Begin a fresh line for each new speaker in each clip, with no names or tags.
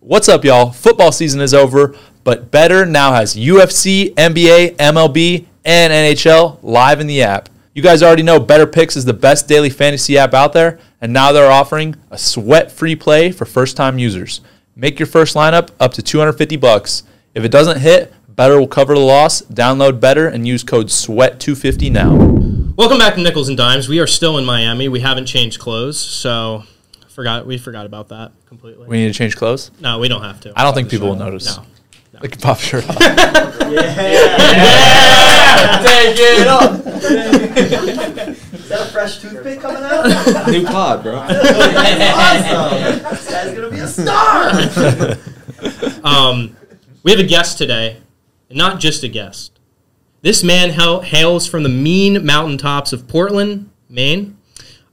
What's up, y'all? Football season is over, but Better now has UFC, NBA, MLB, and NHL live in the app. You guys already know Better Picks is the best daily fantasy app out there, and now they're offering a sweat-free play for first-time users. Make your first lineup up to 250 bucks. If it doesn't hit, Better will cover the loss. Download Better and use code SWEAT250 now.
Welcome back to Nickels and Dimes. We are still in Miami. We haven't changed clothes, so forgot we forgot about that completely.
We need to change clothes.
no, we don't have to.
I don't think people will notice.
No.
They can pop shirt off.
Take it up.
that a fresh toothpick coming out? New pod,
bro.
awesome. This guy's gonna be a star.
Um, we have a guest today, and not just a guest. This man hail- hails from the mean mountaintops of Portland, Maine.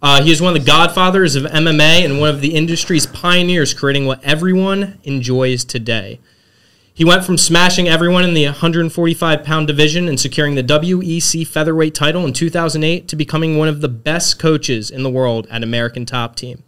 Uh, he is one of the godfathers of MMA and one of the industry's pioneers, creating what everyone enjoys today. He went from smashing everyone in the 145 pound division and securing the WEC featherweight title in 2008 to becoming one of the best coaches in the world at American Top Team.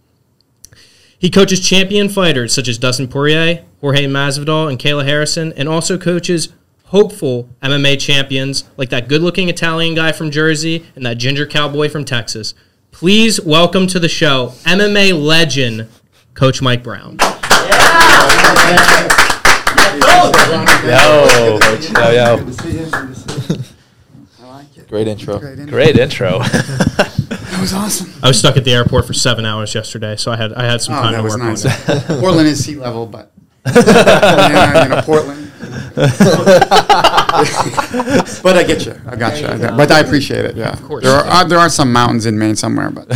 He coaches champion fighters such as Dustin Poirier, Jorge Masvidal, and Kayla Harrison, and also coaches hopeful MMA champions like that good-looking Italian guy from Jersey and that ginger cowboy from Texas. Please welcome to the show MMA legend Coach Mike Brown.
Yo, yo, yo.
Good to see you. Good to see you. I like it.
Great intro.
Great. interview.
Great intro.
That was awesome.
I was stuck at the airport for seven hours yesterday, so I had I had some
Oh,
time
that
to
was
work
nice.
on it.
Portland is sea level, but yeah, you know, Portland. but I get you. I got you. I got- but I appreciate it. Yeah. Of
course.
There are uh, there are some mountains in Maine somewhere, but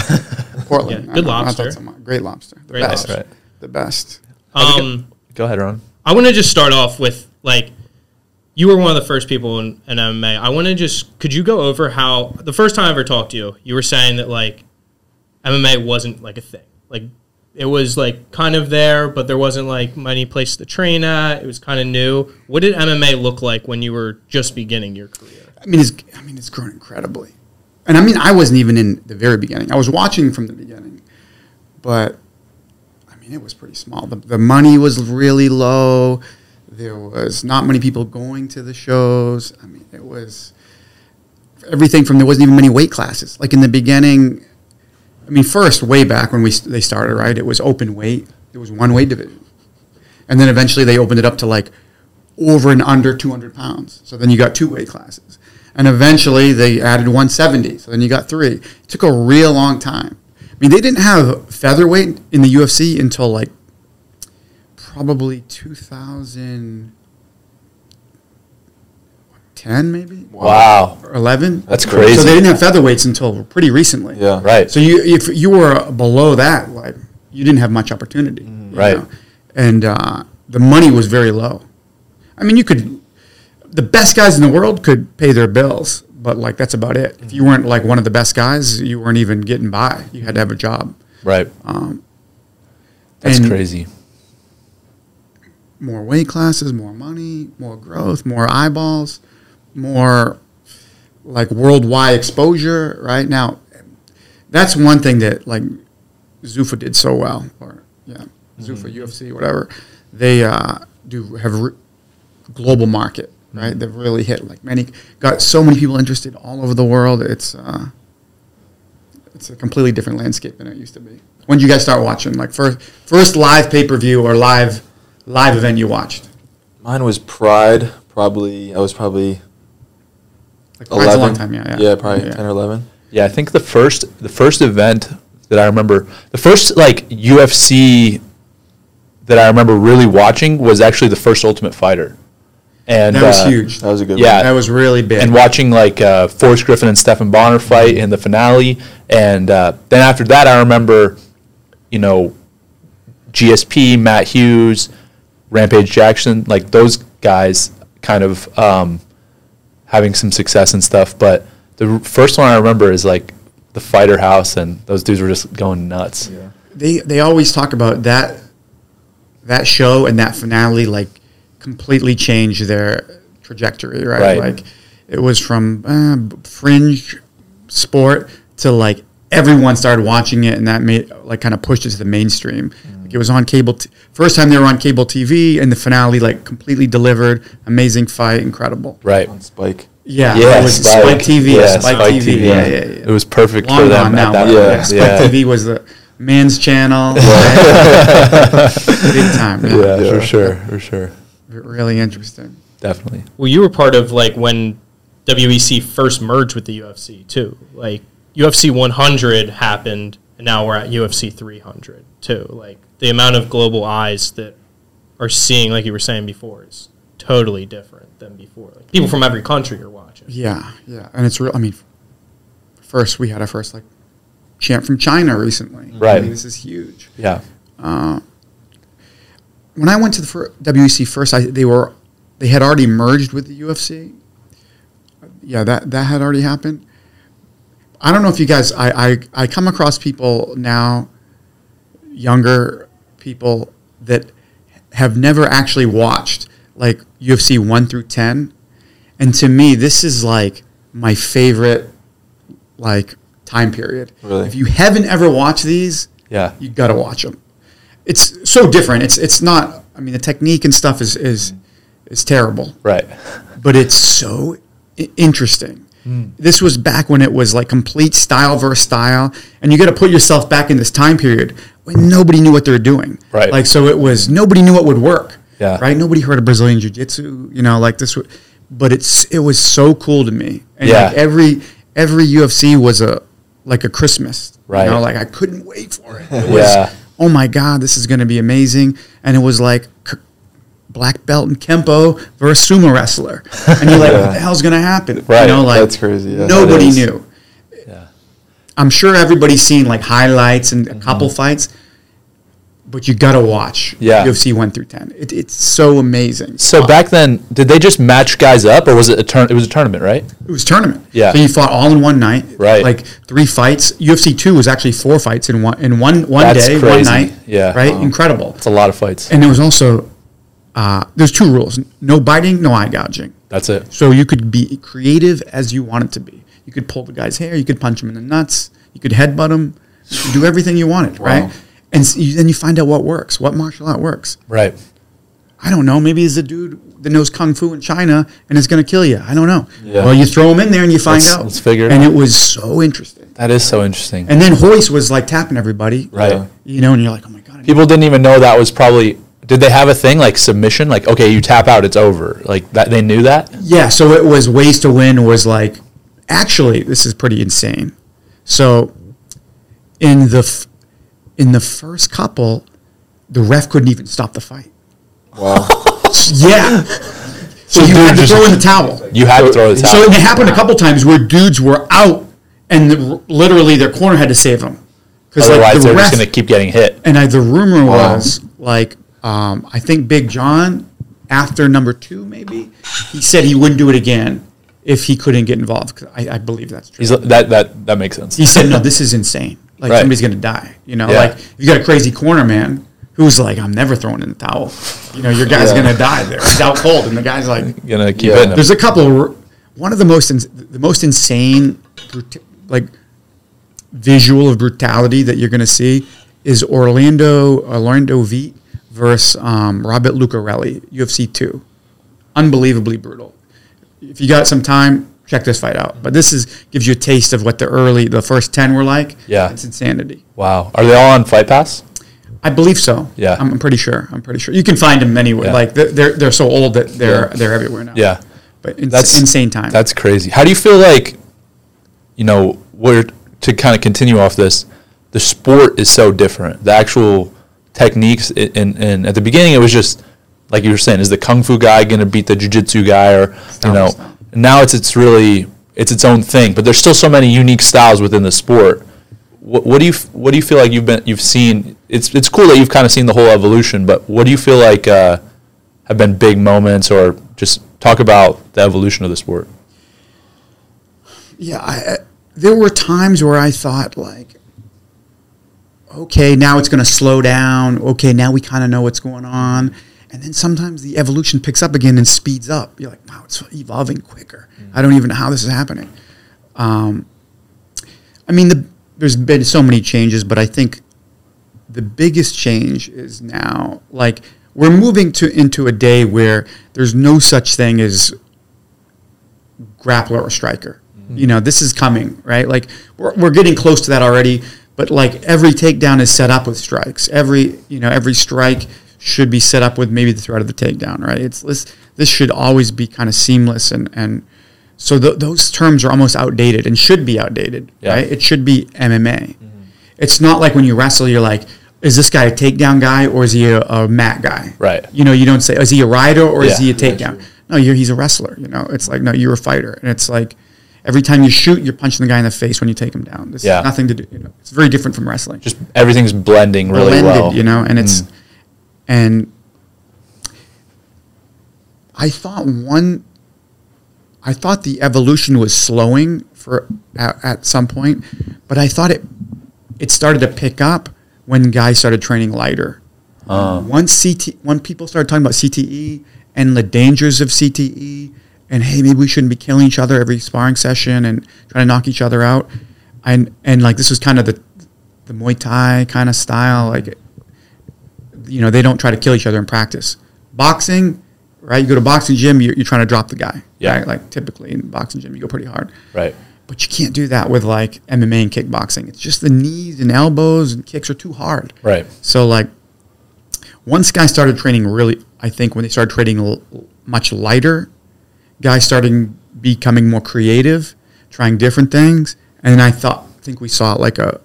Portland.
Yeah,
I
good
don't know, I thought
lobster.
some- great lobster. The
Great
best.
lobster.
The best.
Um,
Go ahead, Ron.
I want to just start off with like you were one of the first people in, in MMA. I want to just could you go over how the first time I ever talked to you, you were saying that like MMA wasn't like a thing. Like it was like kind of there, but there wasn't like many places to train at. It was kind of new. What did MMA look like when you were just beginning your career?
I mean, it's I mean, it's grown incredibly, and I mean, I wasn't even in the very beginning. I was watching from the beginning, but I mean, it was pretty small. The, the money was really low. There was not many people going to the shows. I mean, it was everything from there wasn't even many weight classes. Like in the beginning, I mean, first way back when we they started, right? It was open weight. There was one weight division, and then eventually they opened it up to like over and under 200 pounds. So then you got two weight classes, and eventually they added 170. So then you got three. It took a real long time. I mean, they didn't have featherweight in the UFC until like probably 2010, maybe
Wow.
or 11.
That's crazy.
So they didn't have featherweights until pretty recently.
Yeah.
Right.
So you, if you were below that, like you didn't have much opportunity, you
Mm-hmm. Right.
know? And uh, the money was very low. I mean, you could, the best guys in the world could pay their bills, but like that's about it. If you weren't like one of the best guys, you weren't even getting by. You had to have a job,
Right. That's
um, and-
crazy.
more weight classes, more money, more growth, more eyeballs, more like worldwide exposure. Right now, that's one thing that like Zuffa did so well, or yeah, Zuffa UFC, whatever. They uh, do have re- global market, right? They've really hit like many, got so many people interested all over the world. It's uh, it's a completely different landscape than it used to be. When did you guys start watching? Like first first live pay per view or live live event you watched?
Mine was Pride. Probably I was probably
Like
eleven.
Pride's a long time, yeah, yeah.
probably
Yeah.
ten or eleven.
Yeah, I think the first the first event that I remember, the first like UFC that I remember really watching was actually the first Ultimate Fighter, and
That was
uh,
huge.
That was a good
Yeah.
That was really big.
And watching like uh, Forrest Griffin and Stephen Bonner fight in the finale, and uh, then after that, I remember, you know, GSP, Matt Hughes, Rampage Jackson, like those guys, kind of um, having some success and stuff. But the r- first one I remember is like the Fighter House, and those dudes were just going nuts.
one. Yeah.
they they always talk about that that show and that finale like completely changed their trajectory, right?
Right.
Like it was from uh, b- fringe sport to like everyone started watching it, and that made like kind of pushed it to the mainstream. Like Like it was on cable. T- first time they were on cable TV, and the finale like completely delivered. Amazing fight, incredible.
Right.
on Spike.
Yeah,
Yeah,
it was
Spike.
Spike, TV.
Yeah,
Spike,
Spike
TV.
TV.
Yeah, yeah, yeah.
It was perfect
Long
for
gone
them
now.
at that
yeah.
point.
Spike
Yeah.
TV was the man's channel. Big time. Yeah.
Yeah, for sure, for sure,
Really interesting.
definitely.
Well, you were part of like when WEC first merged with the UFC too. Like UFC 100 happened, and now we're at UFC 300 too. Like the amount of global eyes that are seeing, like you were saying before, is totally different than before. Like people from every country are watching.
Yeah, yeah, and it's real. I mean, first we had our first like champ from China recently. I
Right.
mean, this is huge.
Yeah,
When I went to the fir- WEC first, I, they were they had already merged with the UFC. Yeah, that that had already happened. I don't know if you guys. I I, I come across people now, younger people that have never actually watched like UFC one through ten, and to me, this is like my favorite like time period.
Really?
If you haven't ever watched these,
yeah,
you got to watch them. It's so different. It's it's not. I mean, the technique and stuff is is is terrible,
right.
but it's so I- interesting.
Hmm.
This was back when it was like complete style versus style, and you got to put yourself back in this time period when nobody knew what they were doing.
Right.
Like so, it was nobody knew what would work.
Yeah.
Right. Nobody heard of Brazilian Jiu Jitsu. You know, like this. wa- But it's it was so cool to me. And
Yeah.
Like every every UFC was a like a Christmas.
Right.
You know, like I couldn't wait for it. It
Yeah.
was, oh my God, this is going to be amazing. And it was like k- black belt in Kempo versus sumo wrestler. And you're like, what the hell's going to happen?
Right,
You know, like,
that's crazy, yeah.
nobody
It is.
knew.
Yeah.
I'm sure everybody's seen like highlights and a couple fights, but you got to watch
Mm-hmm. Yeah.
UFC 1 through 10. It, it's so amazing.
So back then, did they just match guys up, or was it a turn? It was a tournament, right?
It was tournament.
Yeah.
So you fought all in one night.
Right.
Like three fights. UFC two was actually four fights in one in one one
That's
day, one
crazy.
night.
Yeah.
Right. Incredible.
It's a lot of fights.
And there was also uh, there's two rules: no biting, no eye gouging.
That's it.
So you could be creative as you wanted to be. You could pull the guy's hair. You could punch him in the nuts. You could headbutt him. You could do everything you wanted, right? And s you, then you find out what works, what martial art works.
Right.
I don't know. Maybe he's a dude that knows kung fu in China and is going to kill you. I don't know.
Yeah.
Well, you throw him in there and you find
Let's-
out.
let's figure it
And
out.
it was so interesting.
That is so interesting.
And then Hoist was like tapping everybody.
right.
Yeah.
You know, and you're like, oh my god. I need-
People didn't even know that was probably. Did they have a thing like submission? Like, okay, you tap out, it's over. Like that, they knew that.
Yeah. So it was ways to win was like, actually, this is pretty insane. So, in the f- in the first couple, the ref couldn't even stop the fight.
Wow.
Yeah. so you
dude
had to
just-
throw in the towel.
You had to throw the towel.
So it happened a couple times where dudes were out and the, literally their corner had to save them because like
Otherwise,
the
they're
ref
just going to keep getting hit.
and I, the rumor was like um, I think Big John after number two maybe he said he wouldn't do it again if he couldn't get involved 'cause I, I believe that's true.
He's, that that that makes sense.
he said no, this is insane. Like
Right.
somebody's gonna die. You know,
Yeah.
like if you got a crazy corner man who's like I'm never throwing in the towel. You know, your guy's
Yeah.
gonna die there. He's out cold, and the guy's like
gonna keep
Yeah.
hitting him.
there's a couple. of r- One of the most ins- the most insane, brut- like visual of brutality that you're going to see is Orlando Orlando Veet versus um, Robert Lucarelli, UFC two, unbelievably brutal. If you got some time, check this fight out. But this is gives you a taste of what the early the first ten were like.
Yeah.
it's insanity.
Wow. Are they all on Fight Pass?
I believe so.
Yeah.
I'm, I'm pretty sure. I'm pretty sure. You can find them anywhere.
Yeah.
Like they're, they're they're so old that they're
Yeah.
they're everywhere now.
Yeah.
but it's
That's-
insane time.
That's crazy. How do you feel like, you know, where to kind of continue off this? The sport is so different. The actual techniques, i- and and at the beginning it was just like you were saying, is the kung fu guy going to beat the jiu-jitsu guy, or you
Style,
know?
style.
Now it's it's really it's its own thing, but there's still so many unique styles within the sport. What, what do you f- what do you feel like you've been you've seen? It's it's cool that you've kind of seen the whole evolution, but what do you feel like uh, have been big moments, or just talk about the evolution of the sport?
yeah, I, I- there were times where I thought like, okay, now it's going to slow down. Okay, now we kind of know what's going on. And then sometimes the evolution picks up again and speeds up. You're like, wow, it's evolving quicker. I don't even know how this is happening. Um, I mean, the, there's been so many changes, but I think the biggest change is now like we're moving to into a day where there's no such thing as grappler or striker.
Mm.
You know, this is coming, right? Like we're, we're getting close to that already, but like every takedown is set up with strikes. Every, you know, every strike should be set up with maybe the threat of the takedown, right? It's this this should always be kind of seamless and and so th- those terms are almost outdated and should be outdated,
Yeah. Mm-hmm.
right? It should be MMA. It's not like when you wrestle, you're like, is this guy a takedown guy or is he a, a mat guy?
Right.
You know, you don't say, is he a rider or is
Yeah.
he a takedown? No, you're, he's a wrestler. You know, it's like, no, you're a fighter. And it's like every time you shoot, you're punching the guy in the face when you take him down. This
Yeah.
has nothing to do, you know, it's very different from wrestling.
Just everything's blending really
Blended,
well. Mm.
you know, and it's, and I thought one, I thought the evolution was slowing for at, at some point, but I thought it it started to pick up when guys started training lighter. Once CT, when people started talking about CTE and the dangers of CTE, and hey, maybe we shouldn't be killing each other every sparring session and trying to knock each other out, and and like this was kind of the the Muay Thai kind of style, like you know they don't try to kill each other in practice. Boxing, right? You go to boxing gym, you're, you're trying to drop the guy,
Yeah.
right? Like typically in boxing gym, you go pretty hard,
Right.
but you can't do that with like MMA and kickboxing. It's just the knees and elbows and kicks are too hard.
Right.
So like once guys started training really, I think when they started training l- much lighter, guys starting becoming more creative, trying different things, and I thought I think we saw like a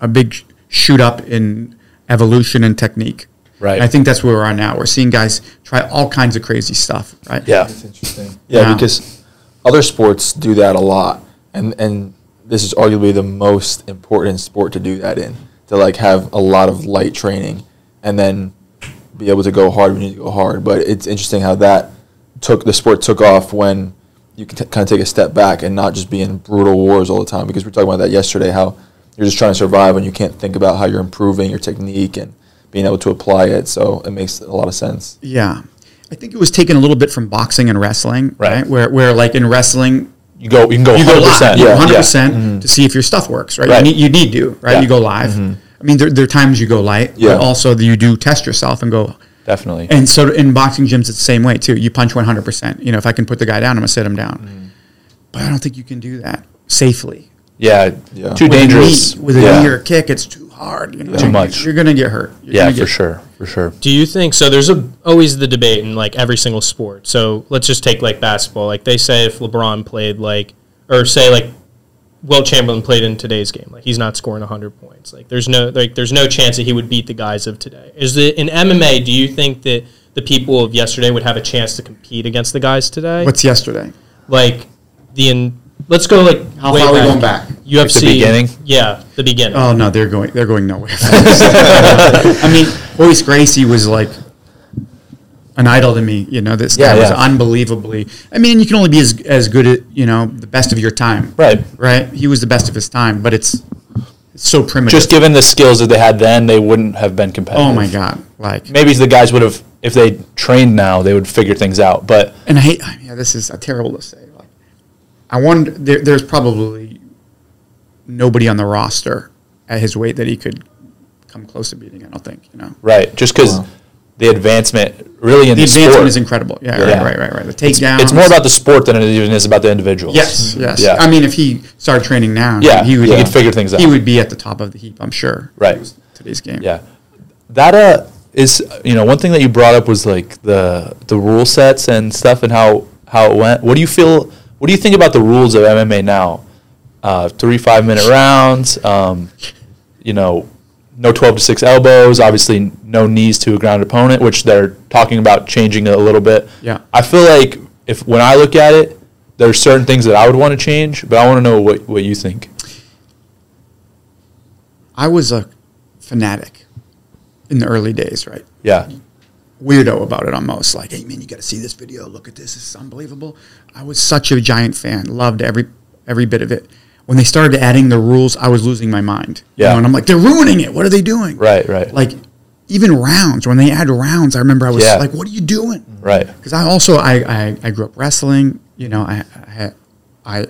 a big sh- shoot up in evolution and technique.
Right.
And I think that's where we are now. We're seeing guys try all kinds of crazy stuff. Right.
Yeah.
That's interesting. Yeah,
Wow.
because other sports do that a lot, and and this is arguably the most important sport to do that in. To like have a lot of light training, and then be able to go hard when you need to go hard. But it's interesting how that took the sport took off when you can t- kind of take a step back and not just be in brutal wars all the time. Because we were talking about that yesterday, how you're just trying to survive and you can't think about how you're improving your technique and being able to apply it. So it makes a lot of sense.
Yeah. I think it was taken a little bit from boxing and wrestling,
Right.
right? Where, where like in wrestling,
You go. You can go.
you
100%.
go live, yeah,
Yeah.
100%
yeah.
to see if your stuff works, right?
Right.
You, need, you need to,
Yeah.
right?
Mm-hmm.
You go live. I mean, there, there are times you go light,
Yeah.
but also you do test yourself and go.
Definitely.
And so in boxing gyms, it's the same way too. You punch 100%. You know, if I can put the guy down, I'm going to sit him down.
Mm-hmm.
But I don't think you can do that safely.
yeah.
Yeah.
Too
With a knee-
dangerous.
with a
yeah.
knee or a kick, it's too hard. You know?
Too much.
You're going to get hurt. You're
yeah.
gonna
For
get-
sure. For sure.
Do you think so? There's a, always the debate in like every single sport. So let's just take like basketball. Like they say, if LeBron played like, or say like, Will Chamberlain played in today's game, like he's not scoring 100 points. Like there's no like there's no chance that he would beat the guys of today. Is it in MMA? Do you think that the people of yesterday would have a chance to compete against the guys today?
What's yesterday?
like the in? Let's go like
How
way
far are we going back?
UFC
beginning?
Yeah, the beginning.
Oh no, they're going. They're going nowhere. I mean, Horace Gracie was like an idol to me. You know, this guy
Yeah,
was
yeah.
unbelievably. I mean, you can only be as as good at you know the best of your time.
Right.
Right. He was the best of his time, but it's it's so primitive.
Just given the skills that they had then, they wouldn't have been competitive.
oh my god, like
Maybe the guys would have, if they trained now, they would figure things out. But
and I hate. Yeah, this is uh, terrible to say. Like, I wonder. There, there's probably nobody on the roster at his weight that he could come close to beating. I don't think you know.
right, just because
Wow.
the advancement really in
The
the,
advancement
sport,
is incredible. Yeah,
Yeah.
Right, right, right, right. The takedown.
it's more about the sport than it even is about the individuals.
Yes, yes.
Yeah.
I mean, if he started training now,
Yeah,
he would
he could figure things
He
out.
would be at the top of the heap, I'm sure.
Right.
if it was Today's game.
Yeah, that uh is you know one thing that you brought up was like the the rule sets and stuff and how how it went. What do you feel? What do you think about the rules of MMA now? Uh, three five minute rounds. Um, you know, no twelve to six elbows. Obviously, no knees to a ground opponent, which they're talking about changing a little bit.
Yeah.
I feel like if when I look at it, there are certain things that I would want to change, but I want to know what what you think.
I was a fanatic in the early days, right?
Yeah.
Weirdo about it almost. Like, hey, man, you got to see this video. Look at this. This is unbelievable. I was such a giant fan. Loved every every bit of it. When they started adding the rules, I was losing my mind. You
Yeah.
know, and I'm like, they're ruining it. What are they doing?
Right. Right.
Like, even rounds, when they add rounds, I remember I was
Yeah.
like, what are you doing?
right.
because I also I, I I grew up wrestling. You know, I I, had- I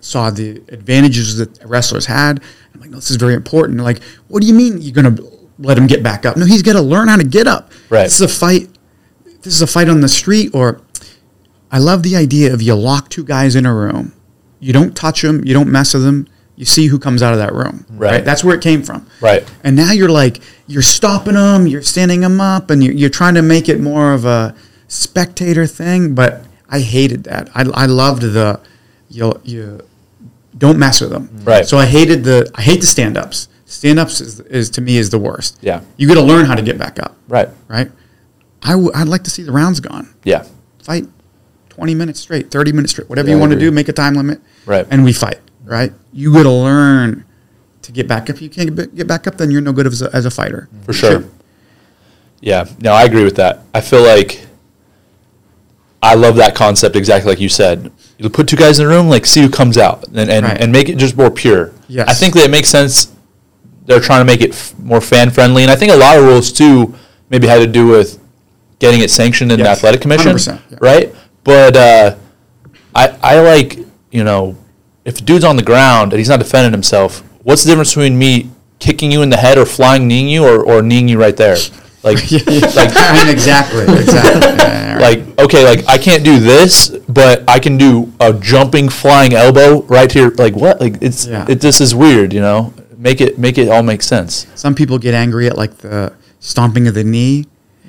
saw the advantages that wrestlers had. I'm like, no, this is very important. Like, what do you mean you're gonna let him get back up. No, he's got to learn how to get up.
Right.
This is a fight. This is a fight on the street. Or I love the idea of you lock two guys in a room. You don't touch them. You don't mess with them. You see who comes out of that room.
Right.
That's where it came from.
Right.
And now you're like you're stopping them. You're standing them up, and you're, you're trying to make it more of a spectator thing. But I hated that. I, I loved the you you don't mess with them.
Mm. Right.
So I hated the I hate the stand ups. Stand ups is, is to me is the worst.
Yeah.
You got to learn how to get back up.
Right.
Right. I w- I'd like to see the rounds gone.
Yeah.
Fight twenty minutes straight, thirty minutes straight, whatever
Yeah,
you
I
want to
agree.
do. Make a time limit.
Right.
And we fight. Right. You got to learn to get back up. If you can't get ba- get back up, then you're no good as a, as a fighter.
For sure. Yeah, no, I agree with that. I feel like I love that concept exactly like you said. You put two guys in a room, like see who comes out, and and,
Right.
and make it just more pure.
Yes.
I think that it makes sense. They're trying to make it f- more fan friendly, and I think a lot of rules too maybe had to do with getting it sanctioned in the
Yes.
athletic commission,
100%, yeah.
right? But uh, I I like you know if the dude's on the ground and he's not defending himself, what's the difference between me kicking you in the head or flying kneeing you or, or kneeing you right there? Like,
Like, I mean, exactly. Exactly. Yeah, right.
like okay, like I can't do this, but I can do a jumping flying elbow right here. Like what? Like it's
Yeah.
it. This is weird, you know. Make it make it all make sense.
Some people get angry at like the stomping of the knee.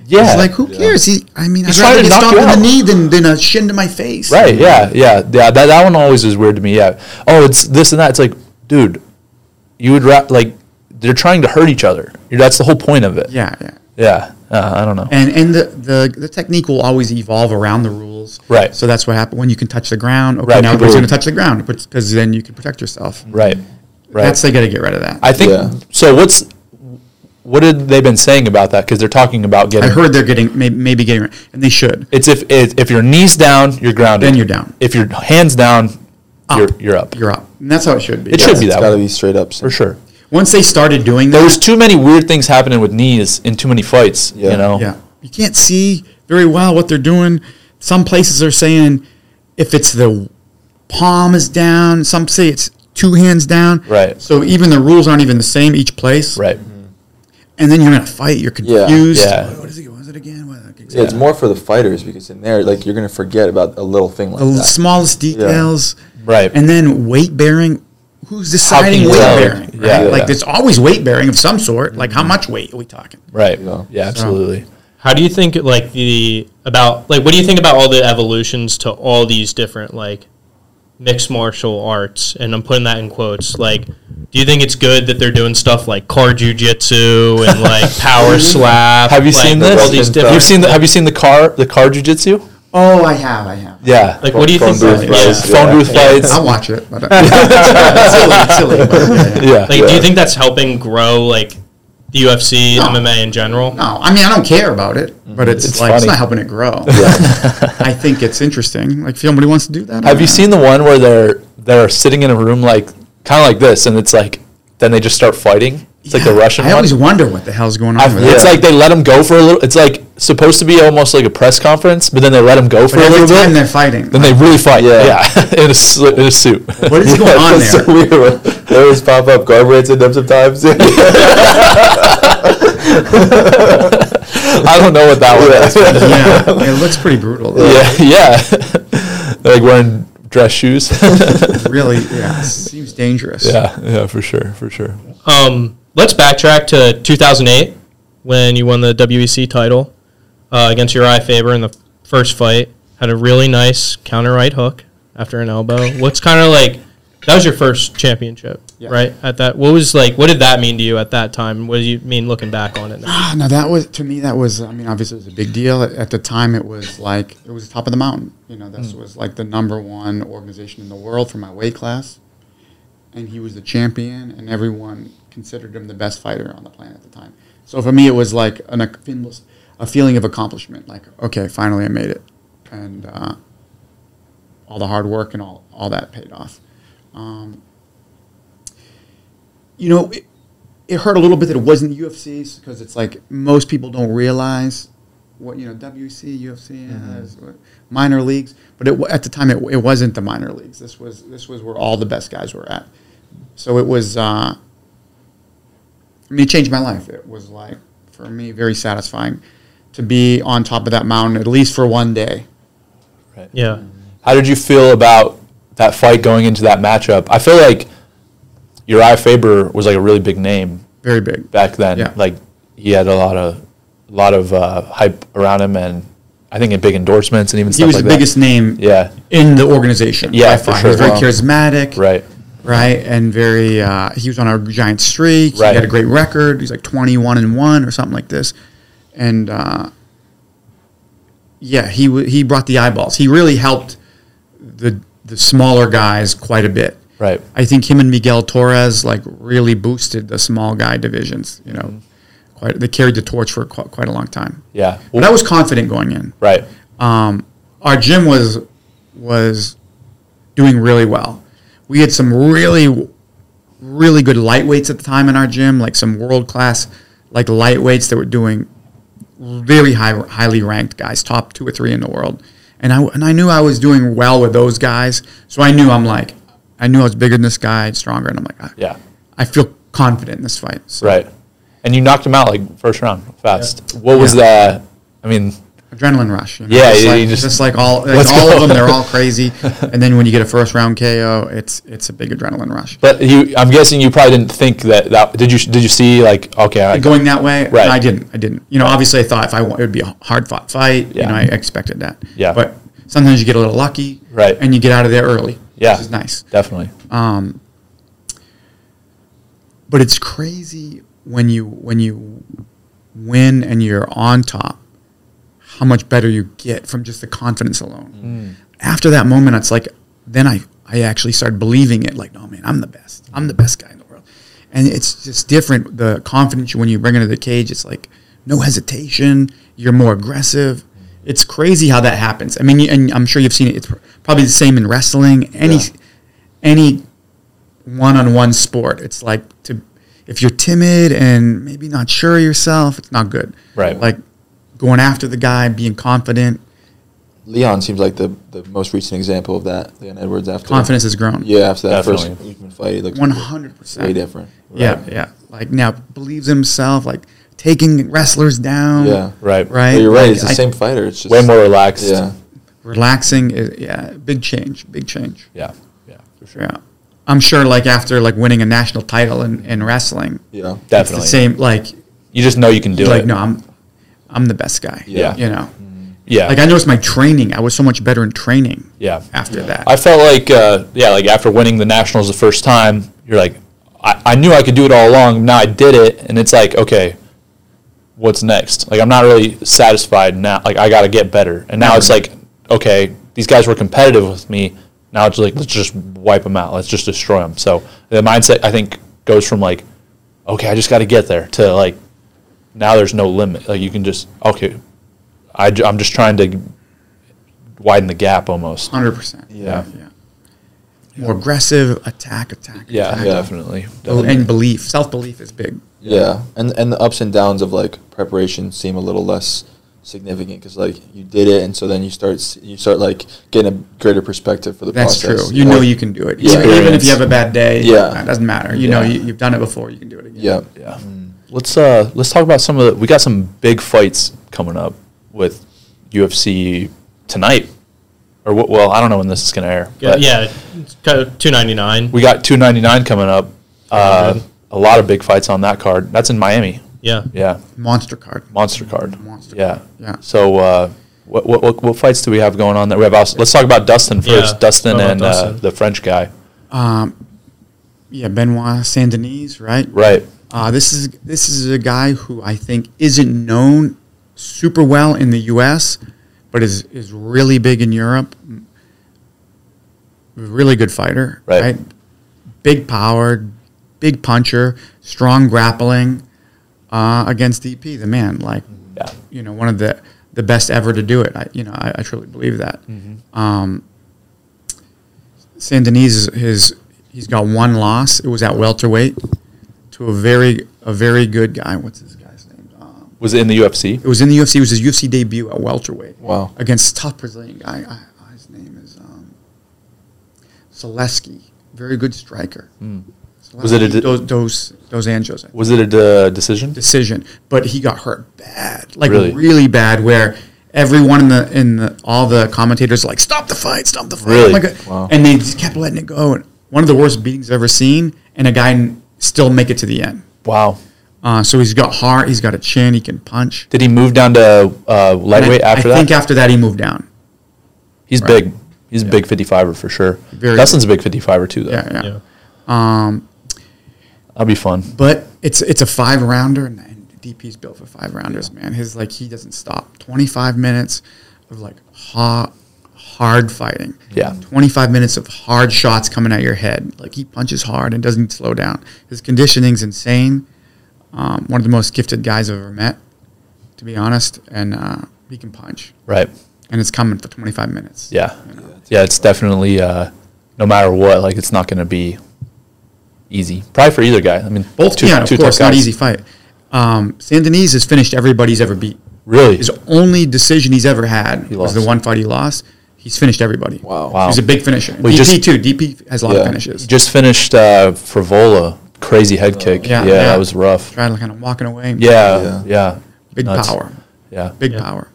Yeah,
It's like who cares? He, I mean,
He's
I'd rather
trying to
get
knock
stomped
you
in the
out.
knee than, than a shin to my face.
Right. Yeah. Yeah. Yeah. That, that one always is weird to me. Yeah. Oh, it's this and that. It's like, dude, you would ra- like they're trying to hurt each other. That's the whole point of it.
Yeah, yeah.
Yeah. Uh, I don't know.
And and the, the the technique will always evolve around the rules.
Right.
So that's what happened when you can touch the ground. Okay,
Right,
now
people
everybody's going
would-
to touch the ground because then you can protect yourself.
right. Right.
That's they got to get rid of that.
I think
Yeah.
so. What's what had they been saying about that? Because they're talking about
I
getting.
heard they're getting may- maybe getting rid, and they should.
It's if if if your knees down, you're grounded.
Then you're down.
If your hands down, you're you're up
You're up. And that's how it should be.
It should be
it's
that
got to
way.
be straight up.
for sure.
Once they started doing that,
There was too many weird things happening with knees in too many fights.
Yeah.
You know.
Yeah. You can't see very well what they're doing. Some places are saying if it's the palm is down, some say it's two hands down.
Right.
So even the rules aren't even the same each place.
Right.
And then you're in a fight, you're
Yeah.
confused.
Yeah.
What is it? What is it again? What- okay,
Yeah, it's more for the fighters because in there, like you're gonna forget about a little thing like
The
that.
smallest details.
Right.
And then weight bearing. Who's deciding
you
weight
tell?
bearing? Right?
Yeah.
Like
Yeah.
there's always weight bearing of some sort. Like how much weight are we talking?
Right.
Yeah.
Yeah. Absolutely.
How do you think like the about like what do you think about all the evolutions to all these different like mixed martial arts and I'm putting that in quotes like do you think it's good that they're doing stuff like car jujitsu and like power slap?
Have you
like,
seen
All
this?
these
You've
different.
You've seen the, have you seen the car the car jujitsu?
Oh, I have, I have.
Yeah.
like what do you
Phone
think? that-
booth fights,
yeah.
phone
yeah.
booth fights.
I'll watch it. But, it's silly, it's silly. but, yeah,
uh,
yeah.
yeah.
Like do you think that's helping grow like the UFC,
No.
MMA in general?
No, I mean I don't care about it, but it's,
Mm-hmm. It's
like it's
funny.
not helping it grow. I think it's interesting. Like if somebody wants to do that.
Have you seen the one where they're they're sitting in a room like kind of like this, and it's like then they just start fighting? It's like the Russian
I
one.
always wonder what the hell's going on
I-
with
It's
that.
like they let them go for a little. It's like supposed to be almost like a press conference, but then they let them go for
But
a
every
little
time
bit.
they're fighting,
then they really fight.
Yeah.
yeah, in a su- in a suit.
what is going on
That's
there?
so weird. They always pop up guardrails in them sometimes.
I don't know what that one is. but-
yeah, it looks pretty brutal. Though.
Yeah, yeah. like wearing dress shoes.
really. Yeah, it seems dangerous.
yeah, yeah, for sure, for sure.
Um, let's backtrack to 2008 when you won the WEC title uh, against Uriah Faber in the first fight. Had a really nice counter right hook after an elbow. What's kind of like that was your first championship, right? At that, what was like? What did that mean to you at that time? What do you mean looking back on it? Now?
Ah, No, that was to me. That was. I mean, obviously, it was a big deal. At, at the time, it was like it was top of the mountain. You know, this was like the number one organization in the world for my weight class, and he was the champion, and everyone considered him the best fighter on the planet at the time. So for me, it was like an, ac- fin- was a feeling of accomplishment. Like, okay, finally, I made it, and uh, all the hard work and all all that paid off. Um, you know. It, it hurt a little bit that it wasn't UFC because it's like most people don't realize what you know WC UFC
Mm-hmm.
is, what- minor leagues. But it, wa- at the time, it, it wasn't the minor leagues. This was this was where all the best guys were at. So it was. Uh, I mean, it changed my life. It was like for me very satisfying to be on top of that mountain at least for one day.
Yeah.
How did you feel about that fight going into that matchup? I feel like Uriah Faber was like a really big name
Very big.
back then.
Yeah.
Like he had a lot of lot of uh, hype around him, and I think in big endorsements and even
He
stuff
was
like
the
that.
biggest name
Yeah,
in the organization.
Yeah,
by
for
far.
sure.
He was very
Wow.
charismatic.
right.
right? And very, uh, he was on a giant streak.
Right.
He had a great record. He's like 21 and 1 or something like this. And uh, yeah, he, w- he brought the eyeballs. He really helped the, the smaller guys quite a bit.
Right.
I think him and Miguel Torres like really boosted the small guy divisions, you know. Quite, they carried the torch for quite, quite a long time.
Mm-hmm. Yeah.
But I was confident going in
right.
um, our gym was was doing really well. We had some really really good lightweights at the time in our gym, like some world class like lightweights that were doing very high highly ranked guys, top two or three in the world. And I and I knew I was doing well with those guys, so I knew I'm like I knew I was bigger than this guy, stronger, and I'm like I,
Yeah.
I feel confident in this fight. So
Right. And you knocked him out like first round, fast. What was that? I mean,
adrenaline rush. you know,
Yeah,
just
you-
like,
you just-
just like all like
Let's
all
go.
of them, they're all crazy. and then when you get a first round KO, it's it's a big adrenaline rush.
but you, I'm guessing you probably didn't think that. That did you? Did you see like okay? I,
going that way,
Right.
I didn't. I didn't. You know, obviously, I thought if I wa- it would be a hard fought fight.
Yeah.
You know, I expected that.
Yeah.
But sometimes you get a little lucky,
Right.
And you get out of there early.
Yeah.
Which is nice.
definitely.
Um, but it's crazy when you when you win and you're on top, how much better you get from just the confidence alone. After that moment, it's like then I I actually started believing it. Like, no man, I'm the best. I'm the best guy in the world, and it's just different. The confidence when you bring into the cage, it's like no hesitation. You're more aggressive. It's crazy how that happens. I mean, you- and I'm sure you've seen it. It's pr- probably the same in wrestling. Any any one-on-one sport. It's like to if you're timid and maybe not sure of yourself, it's not good.
Right.
Like going after the guy, being confident.
Leon seems like the, the most recent example of that. Leon Edwards after
Confidence has grown.
Yeah, after that
Definitely.
first Usman fight, he looked
One hundred
way
percent.
different.
Yeah, yeah. Like now believes himself. Like taking wrestlers down.
Yeah.
Right.
Right.
But you're right.
Like,
It's the
I-
same fighter. It's just
Way more relaxed.
Yeah.
Relaxing. Is, yeah. Big change. Big change.
Yeah. Yeah. For sure.
Yeah. I'm sure. Like after like winning a national title in, in wrestling,
Yeah.
it's the
Definitely.
same. Like
You just know you can do
like
it.
no, I'm I'm the best guy.
Yeah.
You know.
Yeah.
Like I noticed my training. I was so much better in training.
yeah.
After that.
I felt like, uh, yeah, like after winning the nationals the first time, you're like, I, I knew I could do it all along. Now I did it, and it's like, okay, what's next? Like I'm not really satisfied now. Like I got to get better. And now it's like, okay, these guys were competitive with me. Now it's like let's just wipe them out. Let's just destroy them. So the mindset I think goes from like, okay, I just got to get there to like, now there's no limit. Like you can just okay, I, am just trying to widen the gap almost.
Hundred percent.
Yeah.
Yeah. More aggressive, attack, attack.
Yeah, Uh,
attack.
definitely.
Oh,
definitely.
and belief, self belief is big.
Yeah, and and the ups and downs of like preparation seem a little less significant because like you did it, and so then you start s- you start like getting a greater perspective for the
That's
process.
true. You know you can do it. Even- Even if
Experience.
you have a bad day,
Yeah.
it doesn't matter. You know
Yeah.
you, you've done it before. You can do it again.
Yeah,
Yeah. Let's uh let's talk about some of the we got some big fights coming up with UFC tonight. Or what well, I don't know when this is gonna air.
Yeah. yeah. It's two ninety nine.
We got two ninety nine coming up. Uh, a lot of big fights on that card. That's in Miami.
Yeah.
Yeah.
Monster card.
Monster card.
Monster
Yeah.
Yeah.
So uh what, what, what, what fights do we have going on that we have? Also, let's talk about Dustin first.
Yeah,
Dustin
talk about
and Uh,
Dustin.
the French guy.
Um, yeah, Benoit Saint Denis, right?
Right.
Uh, this is this is a guy who I think isn't known super well in the U.S., but is is really big in Europe. Really good fighter,
Right.
Big power, big puncher, strong grappling uh, against DP, the man. Like
Yeah.
you know, one of the the best ever to do it. I you know I, I truly believe that. Um, Saint Denis is his he's got one loss. It was at welterweight to a very a very good guy. What's this guy's name? Um,
Was it in the UFC?
it was in the UFC. It was his UFC debut at welterweight.
Wow.
Against tough Brazilian guy. I, I, his name is um, Selesky. Very good striker.
Was it a de-
Dos, Dos, Dos Anjos I think,
Was it a de- decision?
decision? But he got hurt bad, like
Really?
really, bad. Where everyone in the in the all the commentators are like, "Stop the fight! Stop the fight!"
Really?
Oh my God.
Wow.
And they just kept letting it go. And one of the worst beatings I've ever seen, and a guy n- still make it to the end.
Wow.
Uh, so he's got heart. He's got a chin. He can punch.
Did he move down to uh,
And I-
lightweight after
I
that?
think after that he moved down.
He's
Right.
big. He's a big 55er for sure.
Very
Dustin's a big 55er too, though.
Yeah, yeah.
Yeah.
That'll be fun.
But it's it's a five rounder, and, and DP's built for five rounders, man. His like he doesn't stop. Twenty five minutes of like hot, hard fighting.
Yeah.
Twenty five minutes of hard shots coming at your head. Like he punches hard and doesn't slow down. His conditioning's insane. Um, one of the most gifted guys I've ever met, to be honest, and uh, he can punch,
Right.
and it's coming for twenty five minutes.
Yeah. Yeah, it's definitely uh, no matter what, like it's not going to be easy. Probably for either guy. I mean, both two,
yeah,
two tough
of course,
guys.
not easy fight. Um, Sandanese has finished everybody he's ever beat.
Really?
His only decision he's ever had was
lost.
the one fight he lost. He's finished everybody.
Wow.
Wow.
He's a big finisher.
Well, he
DP
just-
too. DP has a lot
Yeah.
of
He
finishes.
just finished uh, Frivola. Crazy head kick. Yeah,
yeah,
that
yeah.
was rough.
Trying to kind of walking away.
Yeah, yeah.
Yeah.
Big
Nuts.
power.
Yeah.
Big
Yeah.
power.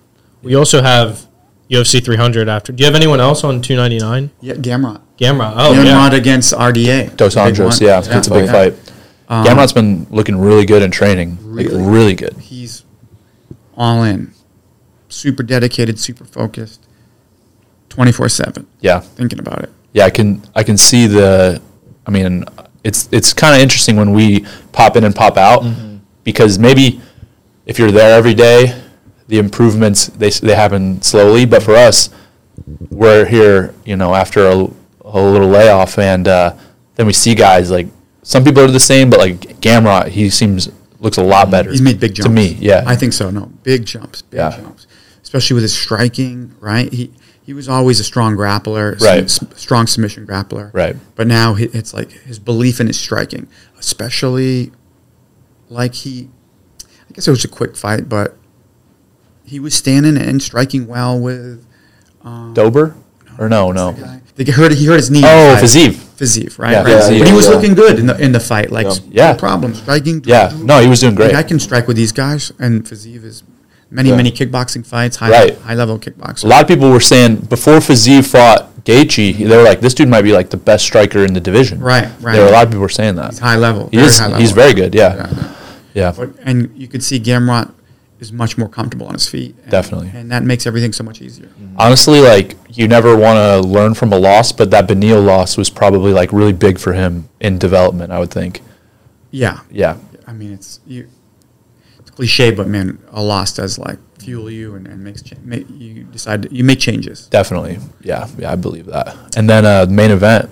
We also have UFC 300 after. Do you have anyone else on 299?
Yeah, Gamrot.
Gamrot. Oh,
Gamrot
yeah.
against RDA.
Dos
Big
Anjos,
one. Oh,
yeah, it's a big
Yeah.
fight. Gamrot's been looking really good in training,
Um, Really.
like really good.
He's all in. Super dedicated, super focused. 24/7
Yeah,
thinking about it.
yeah, I can I can see the. I mean, it's it's kind of interesting when we pop in and pop out
Mm-hmm.
because maybe if you're there every day, the improvements they s- they happen slowly. But for us, we're here, you know, after a, l- a little layoff, and uh, then we see guys like some people are the same, but like Gamrot, he seems looks a lot better.
Mm-hmm. He's made big jumps.
to me. Yeah,
I think so. No, big jumps, big
Yeah.
jumps, especially with his striking. Right, he he was always a strong grappler,
Right.
s- strong submission grappler.
Right.
but now he, it's like his belief in his striking, especially like he. I guess it was a quick fight, but he was standing and striking well with.
Dober or no, no.
the guy. They hurt. He hurt his knee. in
Oh,
the fight.
Fazeev.
Fazeev, right?
Yeah,
right.
Fazeev,
But he was
yeah.
looking good in the in the fight. Like,
Yeah.
s-
Yeah.
no problem striking.
Yeah, no, he was doing great.
Like, I can strike with these guys, and Fazeev is many,
Yeah.
many kickboxing fights, high,
Right.
high level kickboxer.
A lot of people were saying before Fazeev fought Gaethje, they were like, "This dude might be like the best striker in the division."
Right, right.
There were a lot of people were saying that.
He's high level.
He is-
high level.
he's very good. Yeah,
Yeah,
yeah,
But, and you could see Gamrot is much more comfortable on his feet. And,
Definitely.
And that makes everything so much easier.
Honestly, like you never want to learn from a loss, but that Benio loss was probably like really big for him in development. I would think.
Yeah.
Yeah,
I mean, it's you. It's cliche, but man, a loss does like fuel you and, and makes cha- make, you decide you make changes.
definitely. Yeah, yeah, I believe that. And then uh, the main event,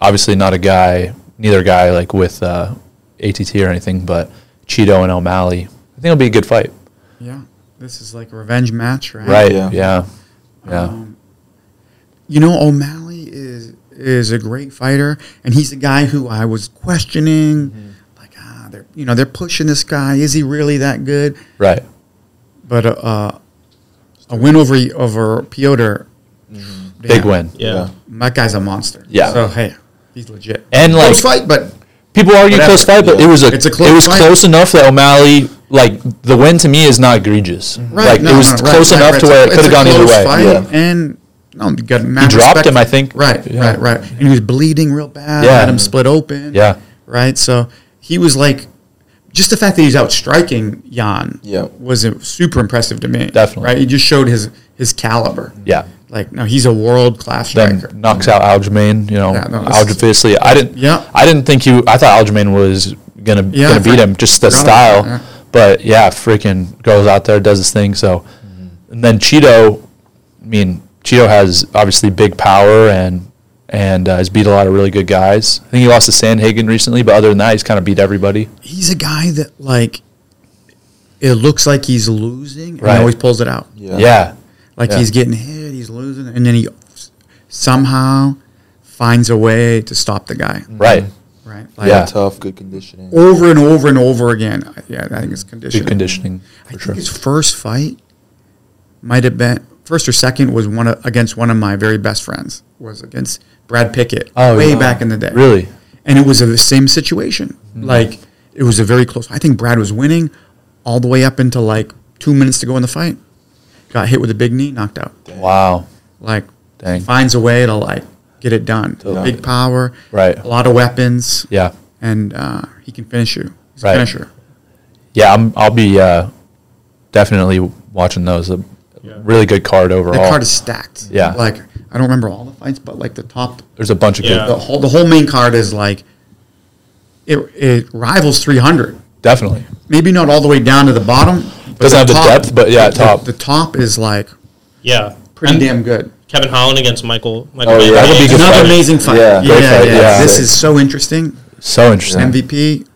obviously not a guy, neither guy like with uh, ATT or anything, but Cheeto and O'Malley. I think it'll be a good fight.
Yeah. This is like a revenge match, right?
Right. Yeah.
Yeah.
Yeah.
Um, you know, O'Malley is is a great fighter, and he's a guy who I was questioning.
Mm-hmm.
Like, ah, they're you know they're pushing this guy. Is he really that good?
right.
But uh, a win over over Piotr,
Big
yeah,
win.
Yeah.
That guy's a monster.
Yeah.
So hey, he's legit.
And, like-
Close fight, but
People argue
Whatever.
close fight, but
Yeah.
it was a,
It's a close
it was
fight.
close enough that O'Malley like the win to me is not egregious.
right,
like
no,
it was
no, right,
close
right,
enough
right.
to where it
It's a-
could have
it's a
gone either
close
way.
fight,
Yeah.
And no, you got mad
dropped
respect
him,
for-
I think.
Right,
Yeah.
right, right. And he was bleeding real bad.
Yeah.
Had him split open.
Yeah.
Right. So he was like, just the fact that he's out striking Jan.
Yeah.
Was uh, super impressive to me.
Definitely.
Right. He just showed his his caliber.
Yeah.
Like no, he's a world class
Then
striker.
knocks out Aljamain. You know,
Yeah, no, this is-
obviously I didn't.
Yeah.
I didn't think you. I thought Aljamain was gonna
Yeah,
gonna
I
beat
for-
him just the
forgot
style,
about that,
but yeah,
yeah.
freaking goes out there does his thing. So, and then Cheeto. I mean, Cheeto has obviously big power and and uh, has beat a lot of really good guys. I think he lost to Sandhagen recently, but other than that, he's kind of beat everybody.
He's a guy that like. It looks like he's losing, and
Right.
he always pulls it out.
Yeah.
Yeah.
Like
Yeah.
he's getting hit, he's losing, and then he somehow finds a way to stop the guy,
Right.
right? Like
Mm. Yeah.
Tough, good conditioning.
Over and over and over again. I- Yeah, I think it's conditioning.
Good conditioning
I
for
think
sure.
his first fight might have been first or second was one of, against one of my very best friends was against Brad Pickett
Oh,
way
yeah.
back in the day.
Really? Mm-hmm.
and it was a, the same situation. Like it was a very close. I think Brad was winning all the way up into like two minutes to go in the fight. Got hit with a big knee, knocked out.
Wow.
Like
Dang.
finds a way to like get it done.
knock
Big
it.
power,
Right.
A lot of weapons,
Yeah.
and uh, he can finish you. He's
Right.
a finisher.
Yeah. I'm, I'll be uh, definitely watching those. A
Yeah.
Really good card overall.
That card is stacked.
Yeah.
like I don't remember all the fights, but like the top
There's a bunch of
Yeah.
good.
the whole the whole main card is like it it rivals 300.
Definitely.
Maybe not all the way down to the bottom. but
Doesn't have the depth, but yeah,
the-
top.
The, top is like
Yeah.
pretty
And
damn good.
Kevin Holland against Michael. Michael
Oh,
Bay.
yeah. That would be good
Another
fight.
amazing fight.
Yeah,
Yeah, yeah,
great
fight, yeah.
This is so interesting.
So interesting.
MVP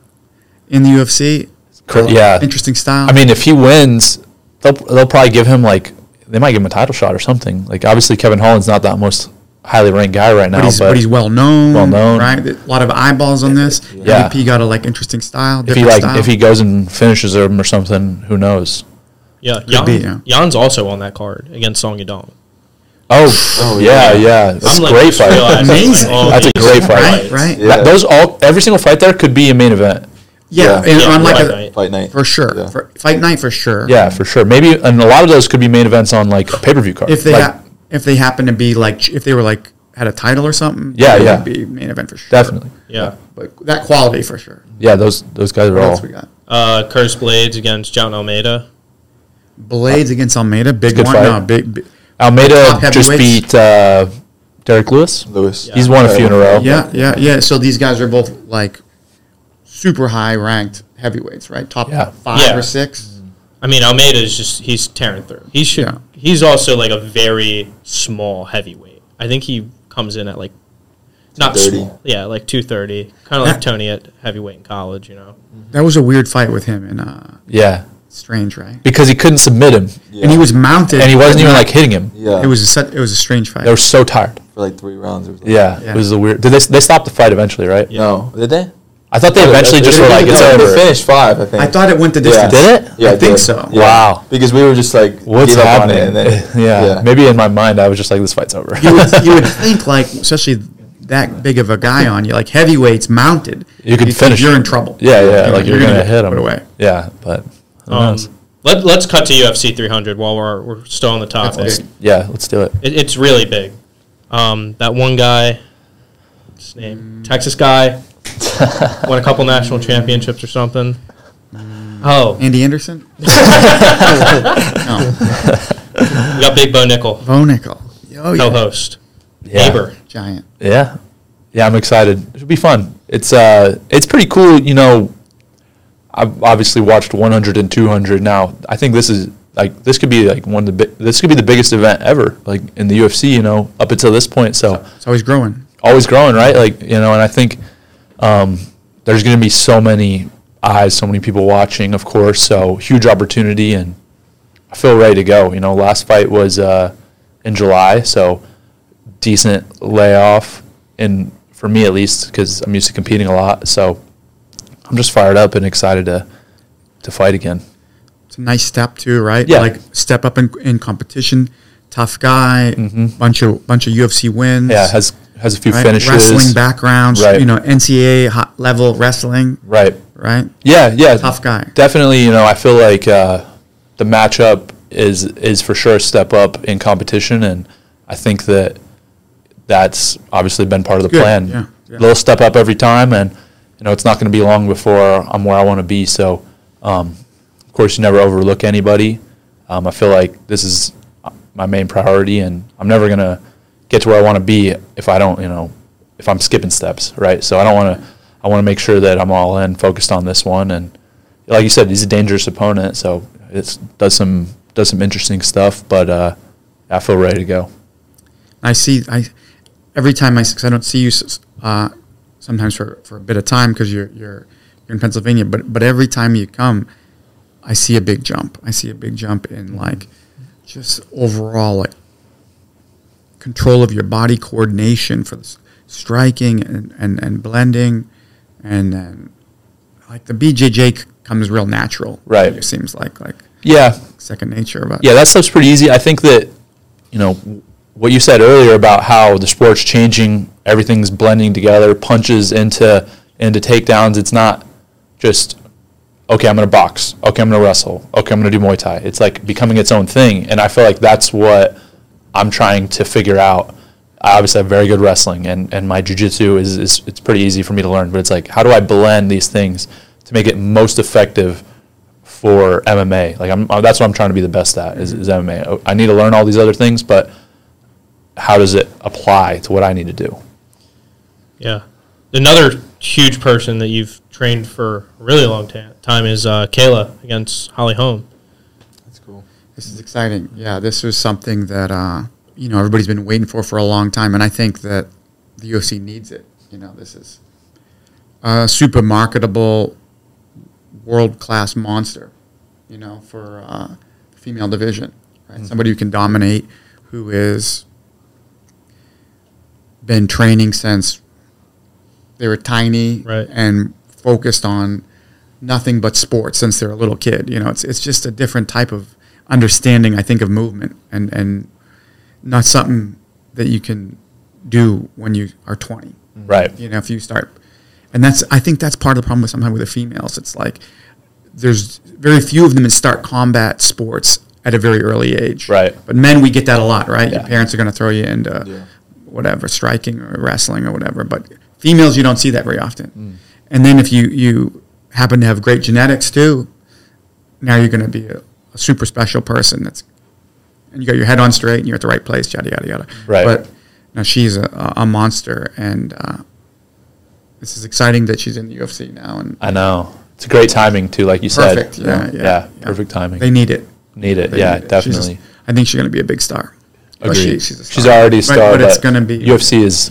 in the UFC.
Cra- yeah.
interesting style.
I mean, if he wins, they'll they'll probably give him like they might give him a title shot or something. Like obviously Kevin Holland's not that most highly ranked guy right now,
but
but,
he's, but he's well known.
Well known.
right? A lot of eyeballs on this.
Yeah.
MVP got a like interesting style.
if he
Different
like
style.
if he goes and finishes him or something, who knows?
Yeah. Jan,
be, yeah.
Jan's also on that card against Song Yadong.
Oh, yeah, yeah, That's
I'm
a
like,
great
just realized,
fight.
like,
Amazing.
all
That's a
these
great fight.
right,
fights.
right,
Yeah.
That- those all every single fight there could be a main event.
yeah,
Yeah.
and
Yeah,
on like
fight
a,
night.
Fight night
for sure,
Yeah.
for, fight night for sure.
Yeah, for sure. Maybe and a lot of those could be main events on like a pay per view card.
if they
like,
ha- if they happen to be like ch- if they were like had a title or something.
Yeah,
it
yeah.
would be main event for sure.
definitely.
Yeah.
but that quality for sure.
Yeah, those those guys are
What
all
else we got?
Uh, Curtis Blades against John Almeida.
Blades against Almeida, big
good
one.
fight.
No, big, big-
Almeida
Top
just
heavyweights.
beat uh, Derek Lewis.
Lewis.
He's won a
Right.
few in a row.
Yeah, yeah, yeah. So these guys are both like super high ranked heavyweights, right? Top
Yeah.
five
Yeah.
or six.
I mean, Almeida is just he's tearing through. He should.
Yeah.
He's also like a very small heavyweight. I think he comes in at like not
230.
small. Yeah, like two thirty, kind of like Tony at heavyweight in college. You know.
That was a weird fight with him and uh,
Yeah,
strange, right?
because he couldn't submit him,
Yeah.
And he was mounted,
and he wasn't even like hitting him.
yeah.
It was a set, it was a strange fight.
They were so tired.
for like three rounds. It was like,
Yeah,
Yeah.
it was a weird. Did they they stopped the fight eventually, right? Oh,
Yeah.
No, did they?
I thought they eventually just were like, it's
no, They
over.
finished five, I think.
I thought it went the
Yeah.
distance.
Did it?
I
it
think
did.
so.
Yeah.
Wow.
Because we were just like,
What's
gave up on
happening?
it and then-
yeah. maybe in my mind I was just like, this fight's over.
you would, you would think like especially that big of a guy on you like heavyweights mounted
You could
you'd think
finish.
you're in trouble
yeah, yeah,
You're-
like you're, gonna, hit
put
him.
away
Yeah, but who
Um,
knows?
let, let's cut to UFC 300 while we're, we're still on the topic.
That's big.
Yeah, let's do it.
It, it's really big. Um, that one guy, what's his
Mm.
name, Texas guy, won a couple national championships or something.
Mm.
Oh,
Andy Anderson no
we got Big Bo Nickel,
Bo Nickel oh yeah
co-host,
Yeah.
neighbor.
giant
Yeah. Yeah, I'm excited. It should be fun. It's uh it's pretty cool, you know. I've obviously watched 100 and 200 now. I think this is like this could be like one of the bi- this could be the biggest event ever like in the UFC, you know, up until this point. So
it's always growing
always growing, right? Like you know, and I think um, there's going to be so many eyes, so many people watching, of course. So huge opportunity, and I feel ready to go. You know, last fight was uh, in July, so decent layoff, and for me at least, because I'm used to competing a lot. So I'm just fired up and excited to to fight again.
it's a nice step too right
Yeah.
like step up in, in competition tough guy bunch of bunch of UFC wins
Mm-hmm. Yeah, has has a few
right?
finishes.
wrestling backgrounds
Right.
you know NCAA hot level wrestling
right?
right
Yeah, yeah.
Tough guy.
Definitely, you know, I feel like uh, the matchup is is for sure a step up in competition, and I think that that's obviously been part of the
Good,
plan.
yeah, yeah.
Little step up every time, and you know, it's not going to be long before I'm where I want to be. So, um, of course, you never overlook anybody. Um, I feel like this is uh, my main priority, and I'm never going to get to where I want to be if I don't, you know, if I'm skipping steps, right? So I don't want to. I want to make sure that I'm all in, focused on this one, and like you said, he's a dangerous opponent. So it does some does some interesting stuff, but uh, I feel ready to go.
I see. I every time I because I don't see you s- uh, sometimes for, for a bit of time because you're you're you're in Pennsylvania. But but every time you come, I see a big jump. I see a big jump in like just overall like control of your body coordination for the s- striking and, and, and blending and then like the BJJ c- comes real natural
Right.
it seems like like
Yeah,
second nature but
yeah, that stuff's pretty easy. I think that you know what you said earlier about how the sport's changing, everything's blending together, punches into into takedowns. It's not just okay, I'm going to box. Okay, I'm going to wrestle. Okay, I'm going to do Muay Thai. It's like becoming its own thing, and I feel like that's what I'm trying to figure out. I obviously have very good wrestling, and and my jujitsu is, is it's pretty easy for me to learn. But it's like, how do I blend these things to make it most effective for MMA? Like, I'm, uh, that's what I'm trying to be the best at is, is MMA. O- Oh, I need to learn all these other things, but how does it apply to what I need to do?
Yeah. Another huge person that you've trained for a really long ta- time is uh, Kayla against Holly Holm.
That's cool.
This is exciting. Yeah, this was something that uh, you know everybody's been waiting for for a long time, and I think that the UFC needs it. You know, this is a super marketable, world class monster. You know, for uh, the female division, right? Somebody who can dominate, who is been training since they were tiny
Right.
and focused on nothing but sports since they're a little kid. You know, it's it's just a different type of understanding, I think, of movement and and not something that you can do when you are twenty.
Right.
You know, if you start, and that's I think that's part of the problem with sometimes with the females. It's like there's very few of them that start combat sports at a very early age.
Right.
But men, we get that a lot, right? Your
Yeah.
parents are going to throw you into
Yeah.
whatever striking or wrestling or whatever. But females, you don't see that very often. And then if you you happen to have great genetics too, now you're going to be a, a super special person. That's and you got your head on straight and you're at the right place. Yada yada yada.
Right.
But now she's a, a monster, and uh, this is exciting that she's in the UFC now. And
I know it's a great timing too, like you
perfect.
said.
Yeah, yeah,
perfect timing.
They need it.
need it.
They
yeah,
need it. She's a-
definitely.
I think she's going to be a big star. Well,
Agreed.
she-
she's,
a
already a
But-
star, but,
but, it's going to be
UFC is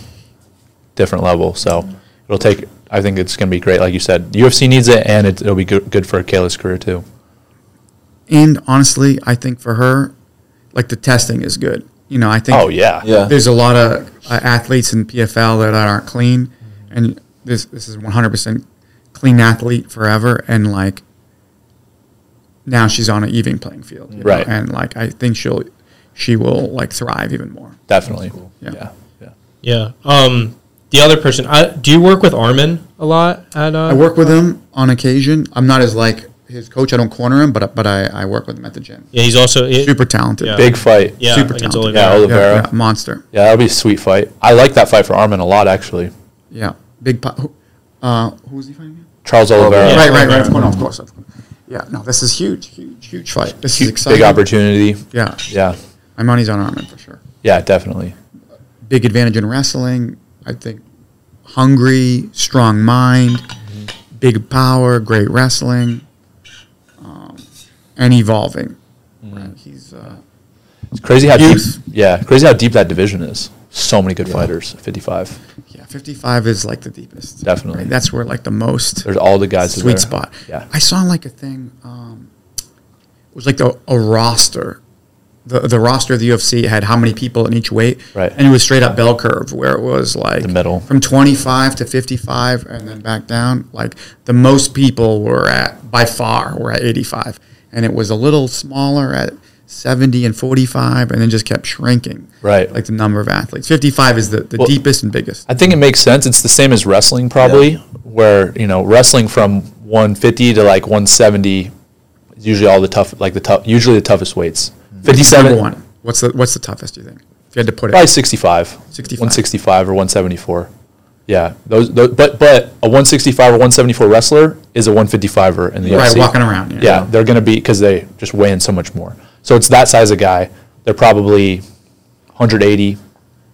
different level. So it'll take. I think it's going to be great, like you said. UFC needs it, and it, it'll be good, good for Kayla's career too.
And honestly, I think for her, like the testing is good. You know, I think
Oh yeah,
Yeah.
there's a lot of uh, athletes in PFL that aren't clean, and this this is 100% clean athlete forever. And like now she's on an even playing field, you know,
Right.
And like I think she'll she will like thrive even more.
definitely.
Yeah.
Yeah. yeah.
Yeah. Um, the other person, I, do you work with Armin a lot? At, uh,
I work with him on occasion. I'm not as like his coach. I don't corner him, but but I, I work with him at the gym.
Yeah, he's also it-
Super talented.
Yeah.
Big fight.
yeah,
super
against
talented.
Oliveira.
Yeah,
Yeah,
Oliveira.
yeah, monster.
Yeah, that'll be a sweet fight. I like that fight for Armin a lot, actually.
Yeah, big. Po- who, uh, who was he fighting? again?
Charles Oliveira.
Yeah.
Right, right, right. Of course, no, of course, of course. Yeah, no, this is huge, huge, huge fight. This is
Huge-
exciting.
Big opportunity.
Yeah,
Yeah,
my money's on Armin for sure.
yeah, definitely.
Big advantage in wrestling. I think hungry, strong mind, big power, great wrestling, um, and evolving. Right, he's uh,
It's crazy how
Youth.
deep. Yeah, crazy how deep that division is. So many good fighters. Fifty-five.
yeah, fifty-five is like the deepest.
Definitely.
right? that's where like the most.
There's all the guys. that
sweet
are-
spot.
Yeah.
I saw like a thing. Um, it was like a, a roster. The, the roster of the UFC had how many people in each weight,
Right.
And it was straight up bell curve where it was like
The middle.
from twenty five to fifty five, and then back down. Like the most people were at by far were at eighty five, and it was a little smaller at seventy and forty five, and then just kept shrinking.
Right.
like the number of athletes. Fifty five is the, the
Well-
deepest and biggest.
I think it makes sense. It's the same as wrestling, probably, where you know wrestling from 150 to like 170 is usually all the tough, like the tough, usually the toughest weights.
Number
57,
one. What's the what's the toughest? Do you think if you had to put it?
probably 65,
65.
165 or 174. Yeah, those, those, but but a 165 or 174 wrestler is a 155er in the
Right,
UFC.
walking around, you
Yeah,
know.
they're gonna be because they just weigh in so much more. So it's that size of guy. They're probably 180,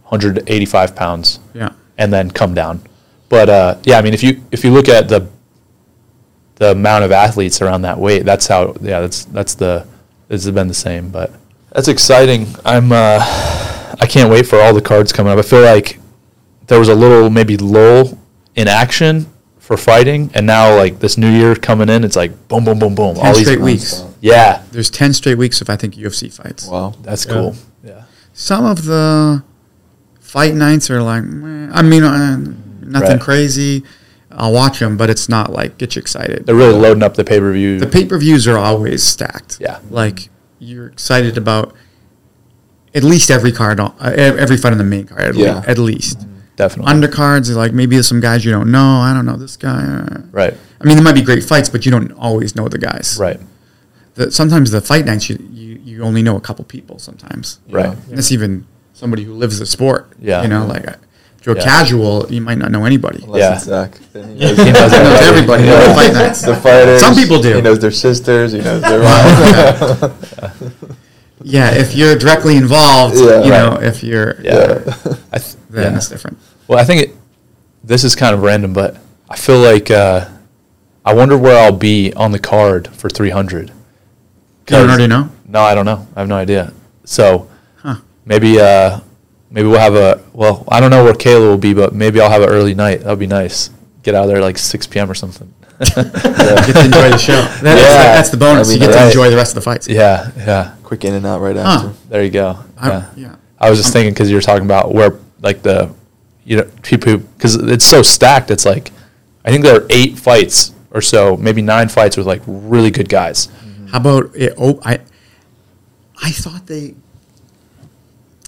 185 pounds
Yeah.
and then come down. But uh, yeah, I mean, if you if you look at the the amount of athletes around that weight, that's how yeah, that's that's the it's been the same. But that's exciting. I'm uh, I can't wait for all the cards coming up. I feel like there was a little maybe lull in action for fighting, and now like this new year coming in, it's like boom, boom, boom, boom.
10 straight weeks.
Yeah,
There's 10 straight weeks of, I think, UFC fights.
Wow.
that's
Yeah.
cool. Yeah,
Some of the fight nights are like, meh. I mean, uh, nothing
Right.
crazy. I'll watch them, but it's not like get you excited.
they're really loading up the pay per view.
the pay per views are always stacked.
Yeah.
Like, you're excited about at least every card, on, uh, ev- every fight on the main card, at,
Yeah.
yeah. at least.
Mm-hmm. Definitely.
Undercards are like maybe there's some guys you don't know. I don't know this guy. uh,
right.
I mean, there might be great fights, but you don't always know the guys.
Right.
The, sometimes the fight nights you, you you only know a couple people sometimes.
Right.
And that's even somebody who lives the sport.
Yeah.
You know, like uh, if you're
Yeah.
casual, you might not know anybody.
Unless
Yeah.
it's Zach. Then
Yeah.
he knows,
He knows
everybody.
He knows
Fight nights.
the fighters.
Some people do.
He knows their sisters. He knows their wives.
Yeah, if you're directly involved,
Yeah.
you know,
Right.
if you're
Yeah. I th-
then
yeah.
it's different.
Well, I think it, this is kind of random, but I feel like uh, I wonder where I'll be on the card for 300.
You don't already know?
No, I don't know. I have no idea. So
Huh.
maybe uh, maybe we'll have a well. I don't know where Kayla will be, but maybe I'll have an early night. That'd be nice. Get out of there like 6 p.m. or something.
Get to enjoy the show. That's,
yeah.
that's the bonus.
I mean,
you get to
right.
enjoy the rest of the fights.
yeah, yeah.
Quick in and out right
Huh.
after.
There you go.
I,
yeah.
yeah.
I was just
Um,
thinking because you were talking about where like the you know people because it's so stacked. It's like I think there are eight fights or so, maybe nine fights with like really good guys.
How about it? Oh, I, I thought they.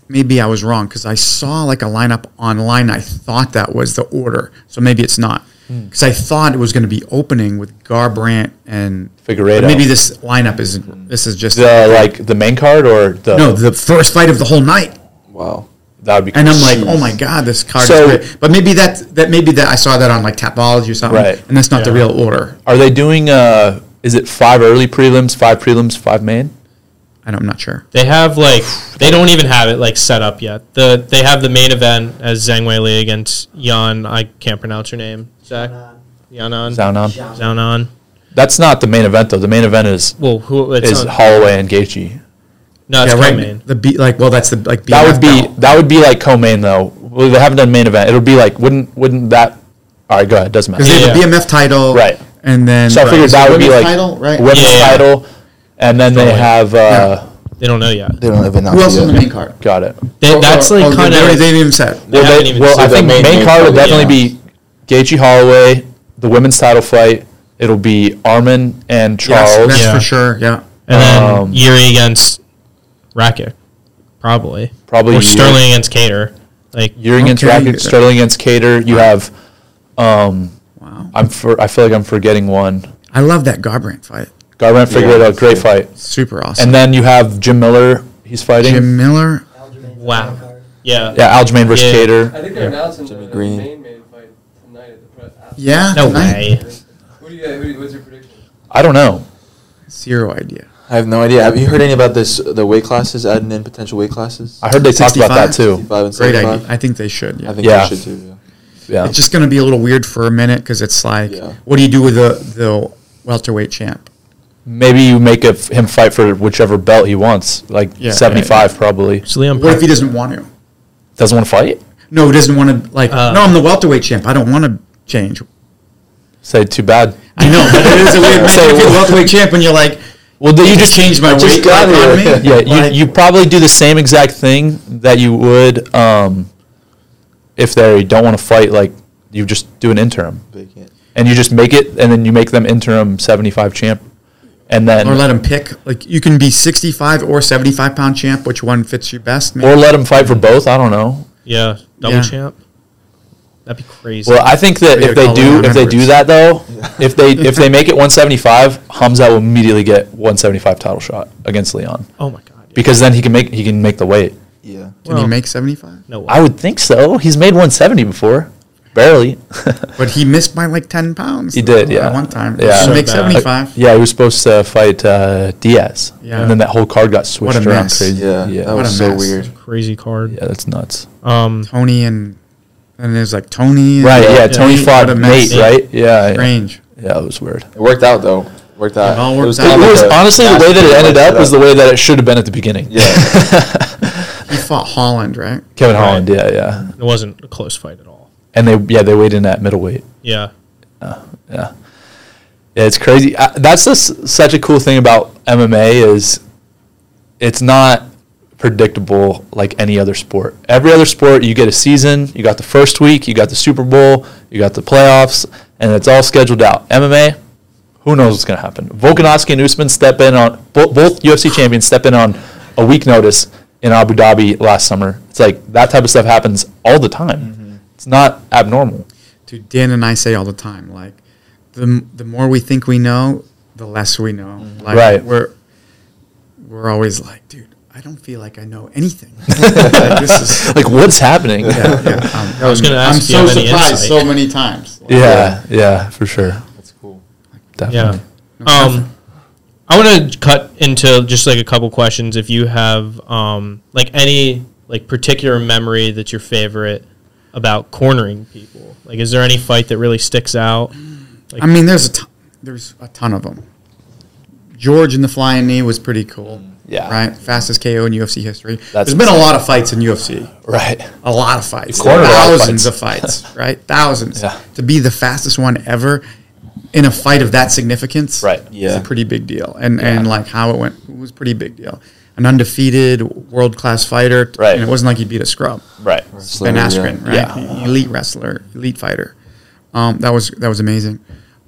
Maybe I was wrong because I saw like a lineup online. I thought that was the order, so maybe it's not.
Hmm.
Because I thought it was going to be opening with Garbrandt and
Figueredo.
but Maybe this lineup
Hmm.
isn't. This is just
The uh, like the main card or the
no the first fight of the whole night.
Wow.
that would be
And I'm like,
Jeez.
oh my god, this card
So-
is great. But maybe that that maybe that I saw that on like Tapology or something,
Right.
and that's not the
Yeah.
real order.
are they doing uh is it five early prelims, five prelims, five main?
I don't, I'm not sure.
They have like they don't even have it like set up yet. The they have the main event as Zhang Weili against Yan. I can't pronounce her name. Zach Yanan.
Sound on?
Zhaonan.
That's not the main event though. The main event is
Well, who it's
is
not-
Holloway and Gaethje.
no, it's
yeah, right.
co-main.
The beat like well, that's the like
That would
BMF
be
belt.
that would be like co-main though. Well, they haven't done main event. It'll be like wouldn't wouldn't that? All right, go ahead. Doesn't matter.
Because they
Yeah.
have the BMF title,
Right.
And then
So I figured that would be
women's
like
title, right?
women's
Yeah, yeah.
title, and then they
Totally.
have uh,
They don't know yet.
They don't have enough.
Who else
yet.
on the main card?
got it.
They,
Or-
that's
or-
like
or Oh, they
kind
already-
of
They didn't even said.
They
well,
haven't
they,
even
well I
said the
think main,
main name
card will
probably,
definitely
yeah.
be Gaethje Holloway, the women's title fight. Itll be Armin and
Yes,
Charles.
that's
Yeah.
for sure. Yeah.
and then
um,
Yuri against Rakic, probably
Probably
or
Yuri.
Sterling against Cater. Like
You're against
Okay.
Rakic, Sterling against Cater. You have, um,
Wow.
I'm for, I feel like I'm forgetting one.
I love that Garbrandt fight.
Garbrandt figured out a great fight,
Super awesome.
and then you have Jim Miller. He's fighting.
Jim Miller.
Wow. Yeah.
yeah, Aljamain versus
Yeah.
Cater.
I think they're announcing
Jimmy
the
Green.
main main fight tonight at the press.
Yeah.
No
tonight.
way.
Who do you, who do you, what's your prediction?
I don't know.
Zero idea.
I have no idea. Have you heard any about this? The weight classes adding in potential weight classes.
I heard they talked about that
65?
too.
65 and
Great
75?
idea. I think they should. Yeah.
I think
Yeah.
they should uh, too.
Yeah.
It's just going to be a little weird for a minute because it's like,
Yeah.
what do you do with the the welterweight champ?
Maybe you make a f him fight for whichever belt he wants, like
Yeah,
75 probably.
So Leon
What if he doesn't want to?
Doesn't want to fight?
No, he doesn't want to. Like,
Uh,
no, I'm the welterweight champ. I don't want to change.
Say, too bad.
I know, but it is a weird.
So-
Imagine if you're the welterweight champ and you're like,
Well, then
you
you
just
just
changed my
I just
weight.
got
like,
here.
on me.
Yeah,
Like,
you, you probably do the same exact thing that you would um, if they don't want to fight, like you just do an interim.
Vacant.
And you just make it, and then you make them interim 75 champ. And then,
or let him pick. Like, you can be 65 or 75 pound champ. Which one fits you best? Maybe.
or let him fight for both. I don't know.
Yeah, double
Yeah.
champ. That'd be crazy.
Well, I think that
Or your
if they do,
color
if they do
members.
that though, if they if they make it 175, Hamza will immediately get 175 title shot against Leon
oh my god. yeah.
because then he can make he can make the weight.
Yeah.
Can
well-
he make 75?
no way.
I would think so. He's made 170 before, barely.
But he missed by like 10 pounds.
He did, yeah.
At one time.
Yeah.
He
So
make
bad.
75.
Uh, yeah, he was supposed to fight uh, Diaz,
Yeah.
and then that whole card got switched
What a
around
mess.
crazy.
Yeah.
yeah,
That
What
was
a
so
mess.
weird.
crazy card.
Yeah, that's nuts.
Um,
Tony and and there's like Tony. and-
Right? Yeah, Tony
Nate,
fought
what a
Nate,
mess.
right? Yeah, yeah,
Strange.
yeah, it was weird.
It worked out though. Worked out.
It all worked out.
It
It
kinda
was
like a
honestly the way that it
basketball
ended up
setup.
was the way that it should have been at the beginning.
Yeah.
He fought Holland, right?
Kevin
Right.
Holland. Yeah, yeah,
it wasn't a close fight at all.
and they yeah they weighed in at middleweight.
Yeah.
Yeah. Yeah, it's crazy. I, that's just such a cool thing about MMA is it's not predictable like any other sport. Every other sport, you get a season, you got the first week, you got the Super Bowl, you got the playoffs, and it's all scheduled out. MMA, who knows what's going to happen? Volkanovski and Usman step in on bo- both UFC champions step in on a week notice in Abu Dhabi last summer. It's like that type of stuff happens all the time. It's not abnormal.
Dude, Dan and I say all the time, like, the, m- the more we think we know, the less we know. Like,
Mm-hmm. Right.
We're, we're always like, dude, I don't feel like I know anything. Like, this is,
like what's happening?
yeah, yeah. I'm-
I was
I'm-
gonna ask if
I'm
you have
so
any
surprised
insight.
so many times. Like,
yeah, yeah, for sure,
That's cool.
definitely.
no, nothing.
Um, I want to cut into just like a couple questions. If you have um, like any like particular memory that's your favorite about cornering people, like is there any fight that really sticks out?
I mean, there's a ton, there's a ton of them. George and the flying knee was pretty cool.
Yeah.
Right? Fastest KO in UFC history.
That's
there's been a lot of fights in UFC.
Right.
A lot of fights.
Quite a lot of
Thousands of fights. right? Thousands.
Yeah.
To be the fastest one ever in a fight of that significance
Right.
is
Yeah.
a pretty big deal. And and like how it went was a pretty big deal. An undefeated world class fighter. t-
Right.
And it wasn't like he beat a scrub.
Right.
Ben
Slater,
Askren,
yeah.
right? Elite wrestler, elite fighter. Um, that was that was amazing.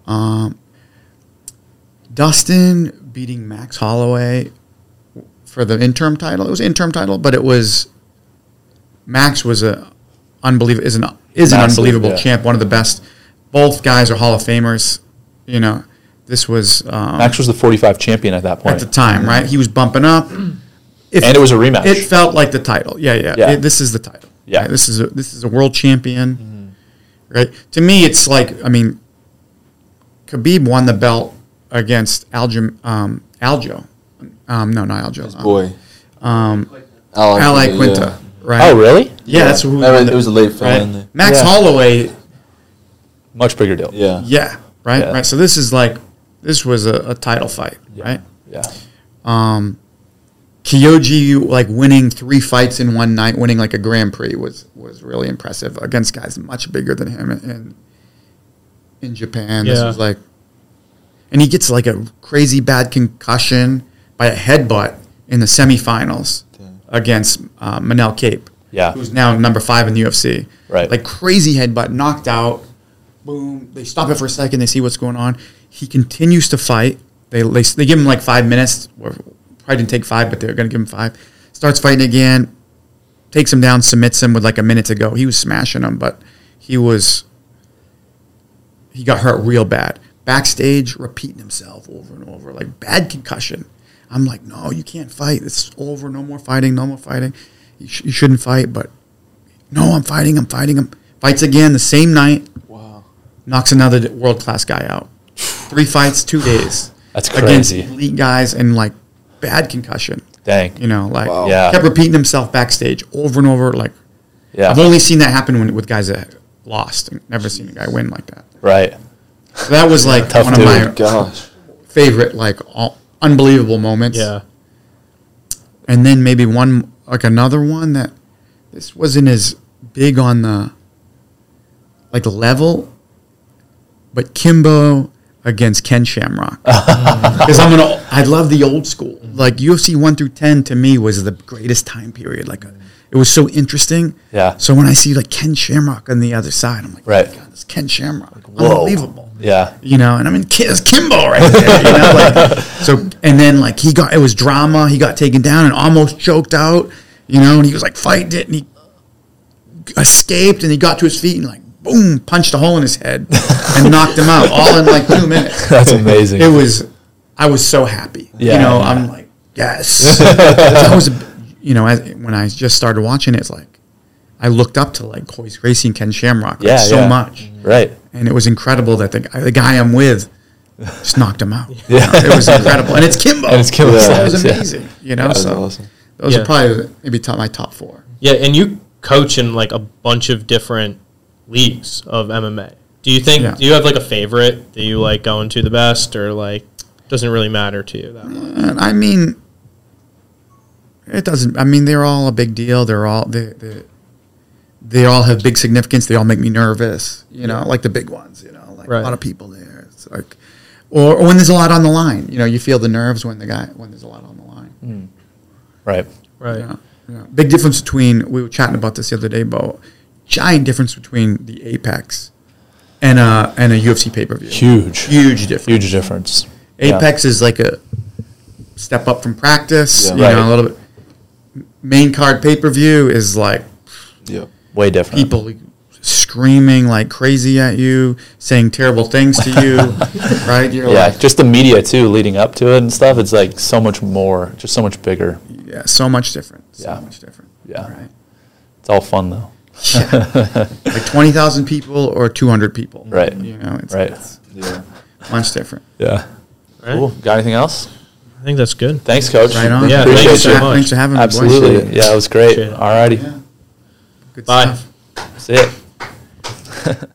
Um, Dustin beating Max Holloway for the interim title. It was interim title, but it was Max was a unbelievable is an is an
Massive,
unbelievable
yeah.
champ, one of the best. Both guys are Hall of Famers. You know, this was um,
Max was the 45 champion at that
at
point.
the time, right? He was bumping up. If-
And it was a rematch.
It felt like the title. Yeah, yeah.
Yeah.
It- this is the title.
Yeah. Mm-hmm.
Right? This is a, this is a world champion. Right? To me, it's like I mean, Khabib won the belt against Aljo. Um, Aljo. Um, no, not Aljo.
His
Um,
boy.
Um,
Ally
Ali
Quinta,
Quinta.
yeah.
Right.
oh, really?
Yeah, that's who.
I
won
mean,
the-
it was a late fill
right?
in.
Max
Yeah.
Holloway
Much bigger deal.
Yeah.
Yeah. Right.
Yeah.
Right. So this is like this was a, a title fight, right?
Yeah.
Um, Kyoji like winning three fights in one night, winning like a Grand Prix was was really impressive against guys much bigger than him in in, in Japan. This
Yeah.
was like, and he gets like a crazy bad concussion by a headbutt in the semifinals against uh, Manel Cape,
Yeah.
who's now number five in the UFC.
Right.
like crazy headbutt, knocked out. Boom. They stop it for a second. They see what's going on. He continues to fight. They they, they give him like five minutes. Or probably didn't take five, but they're going to give him five. Starts fighting again. Takes him down. Submits him with like a minute to go. He was smashing him, but he was he got hurt real bad. Backstage, repeating himself over and over, like bad concussion. I'm like, no, you can't fight. It's over. No more fighting. No more fighting. You, sh- you shouldn't fight, but no, I'm fighting. I'm fighting. I'm fights again the same night.
Wow.
Knocks another world class guy out. Three fights, two days.
That's
against
crazy.
elite guys and like bad concussion.
Dang.
You know, like
Wow.
Yeah.
kept repeating himself backstage over and over. Like
Yeah.
I've only seen that happen when, with guys that lost. Never seen a guy win like that.
right.
So that was like
Tough
one
dude.
of my
Gosh.
favorite, like all, unbelievable moments.
Yeah,
And then maybe one, like another one that this wasn't as big on the like level, but Kimbo against Ken Shamrock. Because I'm gonna, I love the old school. Like UFC one through ten to me was the greatest time period. Like uh, it was so interesting.
Yeah.
So when I see like Ken Shamrock on the other side, I'm like,
Right.
oh my God, it's Ken Shamrock,
whoa.
unbelievable
Yeah.
you know, and I mean, Ki- it's Kimbo right there, you know, like, so, and then like he got, it was drama. He got taken down and almost choked out, you know, and he was like, fight it. And he escaped and he got to his feet and like, boom, punched a hole in his head and knocked him out all in like two minutes.
That's amazing.
It was, I was so happy.
Yeah.
You know, I'm like, yes. that was, a- you know, as, when I just started watching it, it's like, I looked up to like Hoyce Gracie and Ken Shamrock like,
Yeah,
so
yeah.
much
right.
and it was incredible that the guy, the guy I'm with just knocked him out. Yeah. it was incredible, and it's Kimbo.
And it's Kimbo
So that was
Slice, yeah.
amazing. You know,
That was
so
awesome.
those
Yeah.
are probably maybe top my top four.
yeah, and you coach in like a bunch of different leagues of MMA. Do you think?
Yeah.
Do you have like a favorite that you like going to the best, or like doesn't really matter to you that much?
And I mean, it doesn't. I mean, they're all a big deal. They're all they they, they all have big significance. They all make me nervous. You know, like the big ones. You know, like
Right.
a lot of people there. It's like, or, or when there's a lot on the line. You know, you feel the nerves when the guy when there's a lot on the line.
Right.
Right.
Yeah, yeah. Big difference between we were chatting about this the other day, Bo. Giant difference between the Apex and a and a UFC pay per view.
Huge.
Huge difference.
Huge difference. Yeah.
Apex is like a step up from practice,
Yeah.
you
Right.
know, a little bit. main card pay per view is like
Yeah.
Way different.
people screaming like crazy at you, saying terrible things to you, right? You're
yeah,
like,
just the media too, leading up to it and stuff. It's like so much more, just so much bigger.
yeah, so much different. So
Yeah.
much different.
Yeah.
Right.
It's all fun though.
Like 20,000 people or 200 people.
Right.
You know, it's,
Right.
it's
Yeah.
much different.
Yeah.
All right.
Cool. Got anything else?
I think that's good.
Thanks, coach.
Right on.
Yeah,
Appreciate
thanks,
you.
for-
so much.
thanks for having me. boys.
Absolutely. Yeah, it was great.
Appreciate it.
Alrighty.
Yeah. Good
Bye.
stuff.
That's it.